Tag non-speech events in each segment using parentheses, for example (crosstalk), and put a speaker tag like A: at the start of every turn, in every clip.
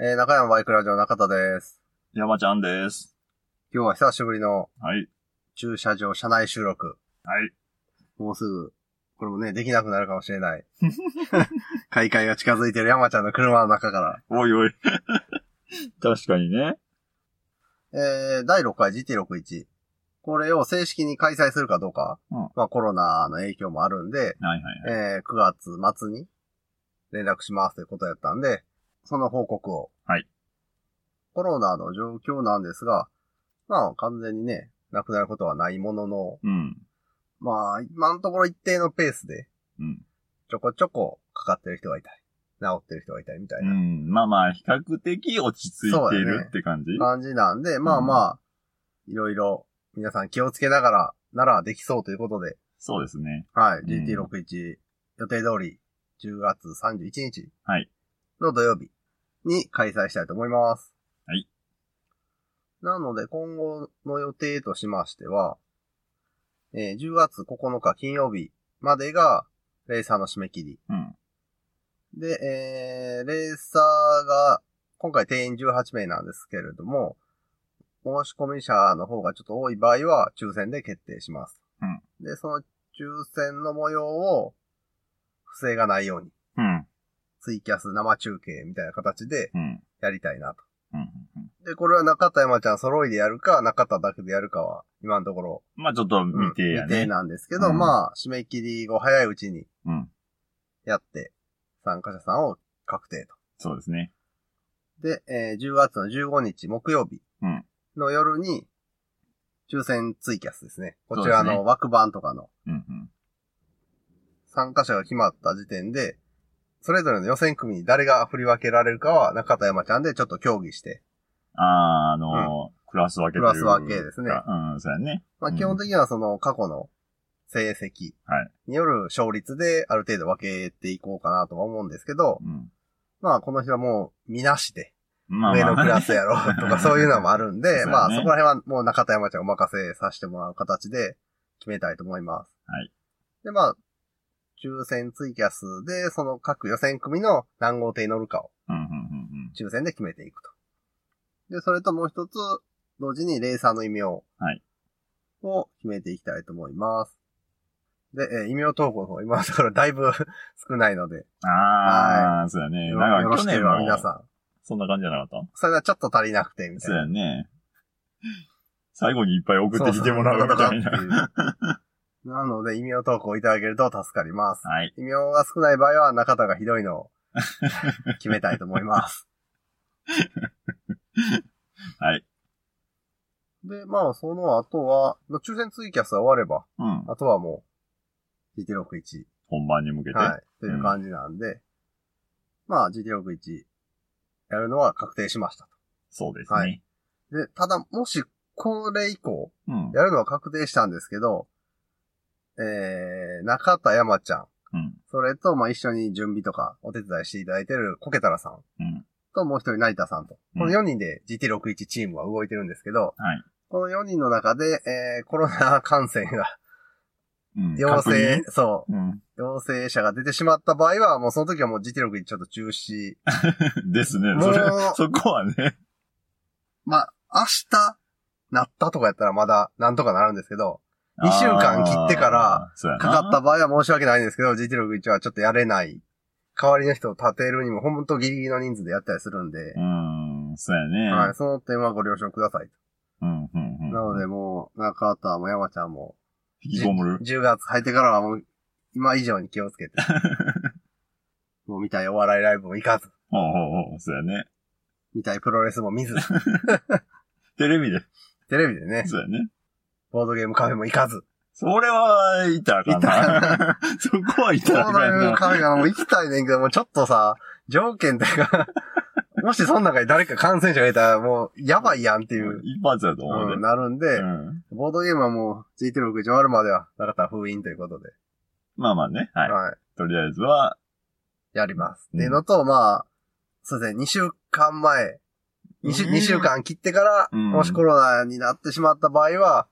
A: えー、中山バイクラジオ中田です。
B: 山ちゃんです。
A: 今日は久しぶりの
B: はい。
A: 駐車場車内収録。
B: はい。
A: もうすぐ、これもね、できなくなるかもしれない。 (laughs) 買い替えが近づいてる山ちゃんの車の中か
B: お
A: (laughs)
B: いおい。確かにね。
A: ら。えー、第6回 GT61。これを正式に開催するかどうか。
B: うん
A: まあコロナの影響もあるんで、
B: はいはいはい。
A: えー、9月末に連絡しますということやったんで、その報告を。
B: はい。
A: コロナの状況なんですが、まあ完全にね、なくなることはないものの、
B: うん。
A: まあ、今のところ一定のペースで、
B: うん。。
A: ちょこちょこかかってる人がいたり、治ってる人がいたりみたいうなん
B: まあまあ、比較的落ち着い
A: そう
B: てい
A: だね
B: るって感じ。
A: 感じなんで、まあまあ、いろいろ皆さん気をつけながらならできそうということで、
B: そうですね。
A: はい、
B: うん
A: GT61 予定通り10月31日
B: はい
A: の土曜日に開催したいと思います。
B: はい。
A: なので今後の予定としましては、えー10月9日金曜日までがレーサーの締め切り。
B: うん。
A: で、えー、レーサーが、今回定員18名なんですけれども、申し込み者の方がちょっと多い場合は、抽選で決定します。
B: うん
A: で、その抽選の模様を、不正がないように、
B: うん。
A: ツイキャス生中継みたいな形で
B: うん。
A: やりたいなと。
B: うん。
A: で、これは中田山ちゃん揃いでやるか、中田だけでやるかは、今のところ、
B: まあちょっと
A: うん
B: 見てや
A: 未定
B: ね。
A: なんですけど、
B: うん
A: まあ、締め切り後早いうちに
B: うん。
A: やって、参加者さんを確定と。
B: そうですね。
A: で、えー10月の15日木曜日
B: うん
A: の夜に、抽選ツイキャスですね。こち
B: そ
A: ら
B: うです
A: の
B: ね
A: 枠番とかの
B: うん。うん。
A: 参加者が決まった時点で、それぞれの予選組に誰が振り分けられるかは中田山ちゃんでちょっと協議して、
B: あー、あのー、クラス分けというか
A: クラス分けですね
B: うん、そうやね。
A: まあ、
B: うん
A: 基本的にはその過去の成績
B: はい
A: による勝率である程度分けていこうかなとは思うんですけど、
B: うん。
A: まあこの日はもう見なしで
B: まあ
A: 上
B: まあ
A: のクラスやろ
B: (laughs)
A: うとかそういうのもあるん
B: そう
A: で、
B: やね
A: まあそこら辺はもう中田山ちゃんお任せさせてもらう形で決めたいと思います。
B: はい。
A: で、まあ、抽選ツイキャスで、その各予選組の何号艇に乗るかを
B: うん。うん。うん。
A: 抽選で決めていくと。で、それともう一つ、同時にレーサーの異名を
B: はい
A: 決めていきたいと思います。で、えー異名投稿の方、今のところだいぶ (laughs) 少ないので、
B: うん。あー、そうやね。
A: よ
B: な
A: よ
B: ん
A: ろ
B: か去
A: しけれ
B: 年
A: ば
B: も、
A: 皆さん。
B: そんな感じじゃなかった
A: それがちょっと足りなくて、みたい
B: そう
A: な。
B: やね。最後にいっぱい送ってきてもらうみたいな。
A: そうそうなんとかっていうなので、異名投稿いただけると助かります。
B: はい。
A: 異名が少ない場合は、中田がひどいの
B: (laughs)
A: を決めたいと思います。
B: はい。
A: で、まあ、その後は、まあ抽選ツイキャスが終われば、
B: うん。
A: あとはもう、GT61。
B: 本番に向けて。
A: はい。という感じなんで、まあ、GT61 やるのは確定しました
B: そうですね。
A: はいと。で、ただ、もし、これ以降、
B: うん。
A: やるのは確定したんですけど、えー、中田山ちゃん。
B: うん。
A: それと、まあ、一緒に準備とかお手伝いしていただいてるコケタラさん
B: うん。
A: ともう一人成田さんと。
B: うん
A: この4人で GT61 チームは動いてるんですけど、
B: はい。
A: この4人の中で、えー、コロナ感染が
B: うん。
A: 陽
B: 確認
A: 性、そ
B: うん。 (laughs)
A: う、陽性者が出てしまった場合は、もうその時はもう GT61 ちょっと中止。
B: ですね。
A: も
B: そうれ、そこはね。
A: まあ、明日、なったとかやったらまだなんとかなるんですけど、二週間切ってから
B: あー、そうやな
A: かかった場合は申し訳ないんですけど、GT61 はちょっとやれない。代わりの人を立てるにも、ほんとギリギリの人数でやったりするんで、
B: うん。そうやね。
A: はい、その点はご了承ください。
B: うん、うん、うん。
A: なのでもう、中田も山ちゃんも、
B: 引きこもる。
A: 10月入ってからはもう、今以上に気を
B: (laughs)
A: つけて、もう見たいお笑いライブも行かず、
B: ほうほうほう。そうやね。
A: 見たいプロレスも見
B: (laughs)
A: ず、
B: テレビで。
A: テレビでね、
B: そうやね。
A: ボードゲームカフェも行かず、
B: それは、いたかな。 (laughs) そこはい
A: ボ
B: た
A: ー
B: か
A: ドゲーム
B: な。
A: カフェがもう行きたいねんけど、もうちょっとさ、条件という
B: (laughs)
A: か、もしその中に誰か感染者がいたら、もう、やばいやんっていう、
B: 一発やと思う
A: う
B: で
A: ん、。なるんで、
B: うん。
A: ボードゲームはもう、GT61 終わるまでは、なかったら封印ということで、
B: まあまあね。はい。
A: はい。
B: とりあえずは、
A: やります。
B: うん
A: っていうのと、まあ、そうですね、2週間前、2週
B: うん
A: ,2 週間切ってから、
B: うん
A: もしコロナになってしまった場合は、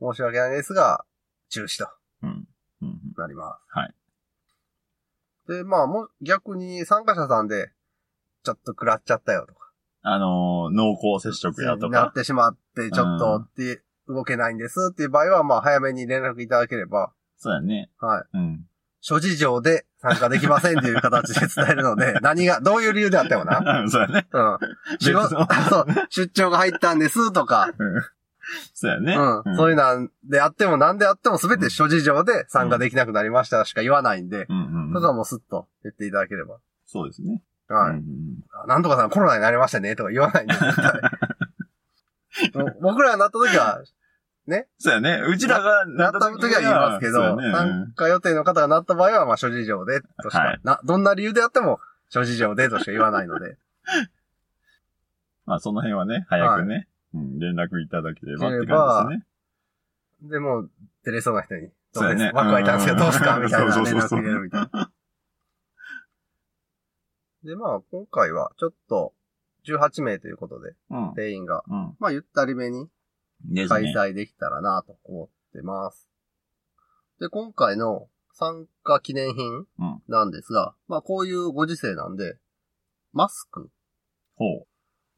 A: 申し訳ないですが、中止と
B: うん。うんうん。
A: なります。
B: はい。
A: で、まあ、もう、逆に参加者さんで、ちょっと食らっちゃったよとか、
B: あのー濃厚接触やと
A: になっ
B: か。
A: てしまって、ちょっと
B: うん
A: って、動けないんですっていう場合は、まあ、早めに連絡いただければ、
B: そうやね。
A: はい。
B: うん。
A: 諸事情で参加できませんっていう形で伝えるの (laughs) で、何が、どういう理由であってもな。
B: うん (laughs) そうやね。
A: (laughs) うん。仕事、
B: 別の
A: そう、出張が入ったんですとか、
B: そうやね。
A: うん。そういうなんであっても何であっても全て諸事情で参加できなくなりましたしか言わないんで、
B: うんう
A: そ
B: ん
A: こはもうスッと言っていただければ。
B: そうですね。
A: はい。
B: うんうん
A: なんとかさんコロナになりましたねとか言わないん (laughs) で、絶対もう僕らになった時は、
B: そうやね。うちらが
A: なった時は言いますけど、
B: そうやね
A: 参加予定の方がなった場合は、まあ諸事情でとしか、
B: はい
A: な、どんな理由であっても諸事情でとしか言わないので、
B: まあその辺はね、早くね、うん、連絡いただければって感じですね。
A: で、もう、照れそうな人に、ど
B: そうう
A: で
B: や
A: す、
B: ね
A: 枠はいたんですけど、どうすか
B: うん
A: みたいな
B: そ
A: 連
B: うそうそ
A: 絡
B: うそう
A: 入れるみたいな。で、まあ、今回は、ちょっと、18名ということで、
B: うん。
A: 定員が、
B: うん。
A: まあ、ゆったりめに
B: です
A: 開
B: ね。
A: 催できたらなと思ってます。で、今回の参加記念品
B: うん
A: なんですが、まあ、こういうご時世なんで、マスク
B: ほう。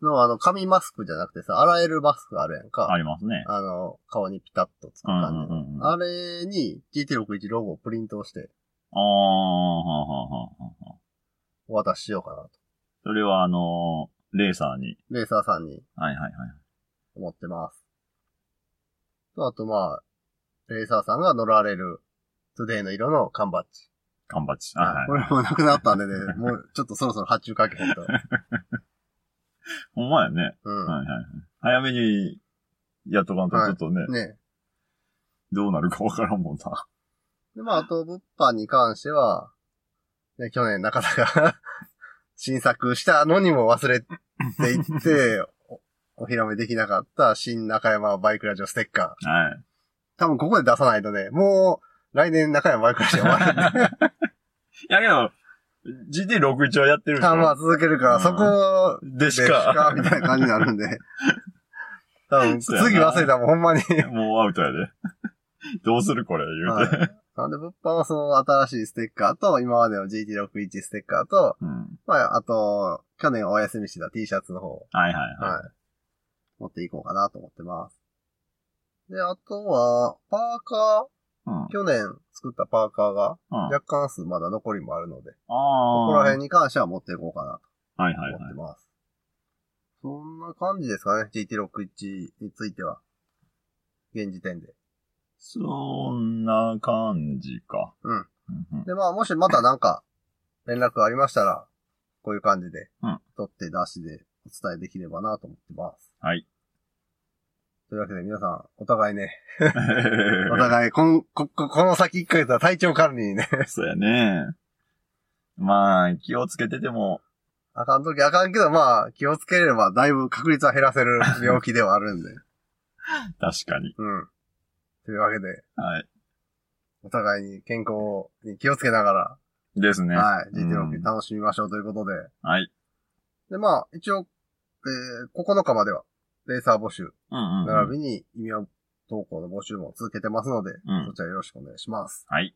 A: の、あの、紙マスクじゃなくてさ、洗えるマスクあるやんか。
B: ありますね。
A: あの、顔にピタッとつく
B: うんう
A: 感じの。
B: んうんうん。あ
A: あれに GT61 ロゴをプリントをして
B: あー、はあはあはあはあ。
A: お渡ししようかなと。
B: それはあのーレーサーに。
A: レーサーさんに
B: はいはいはい。
A: 思ってます。と、あとまあ、レーサーさんが乗られるトゥデイの色の缶バッジ。
B: 缶バッチ。はい
A: こ
B: はい。
A: れもうなくなったんでね、
B: (laughs)
A: もうちょっとそろそろ発注かけへんと。
B: ほんまやね。
A: うん。
B: はいはいはい。早めに、やっとかんと、ちょっとね、
A: ね。
B: どうなるかわからんもんな。
A: で、まあ、あと、物販に関しては、ね、去年中田が (laughs) 新作したのにも忘れてい
B: (laughs)
A: って、おお披露目できなかった新中山バイクラジオステッカー。
B: はい。
A: 多分ここで出さないとね、もう、来年中山バイクラジオ終わるんで、
B: (laughs) いやけど、GT61 はやってるでし
A: あまあ
B: ょ
A: 続けるから、
B: うん
A: そこ
B: で
A: でし
B: し
A: か
B: か、、
A: みたいな感じになるん
B: (laughs)
A: で。多分、次
B: そうやな
A: 忘れたらもうほんまに、
B: (laughs) もうアウトやで。どうするこれ、言
A: は
B: うて。
A: い。なんで、物販はその新しいステッカーと、今までの GT61 ステッカーと、
B: うん。
A: まあ、あと、去年お休みしてた T シャツの方を、
B: はいはいは
A: はい。持っていこうかなと思ってます。で、あとは、パーカ
B: い。うん。
A: ー、去年作ったパーカーが、
B: うん
A: 若干数まだ残りもあるので、こ
B: ああ。
A: こら辺に関しては持っていこうかな
B: はい
A: と
B: はい
A: 思
B: は
A: って
B: い。
A: ます。そんな感じですかね、GT61 については。現時点で。
B: そんな感じか。
A: うん
B: うんうん。
A: で、まあ、もしまたなんか、連絡ありましたら、こういう感じで
B: うん、
A: 取って出しでお伝えできればなと思ってます。
B: はい。
A: というわけで皆さん、お互いね、お
B: お
A: 互い、こん、こ、ここの先1ヶ月は体調管理にね、 (laughs)
B: そうやね。まあ、気をつけてても、
A: あかんときあかんけど、まあ、気をつければ、だいぶ確率は減らせる病気ではあるんで。
B: 確かに。
A: うん。というわけで、
B: はい。
A: お互いに健康に気をつけなが
B: ですね。
A: ら、はい、
B: う
A: GT6
B: ん
A: 楽しみましょうということで。
B: はい。
A: で、まあ、一応、えー、9日までは、レーサー募集、
B: うんうんうん。
A: 並びに、異名投稿の募集も続けてますので、
B: うん
A: そちらよろしくお願いします。
B: はい。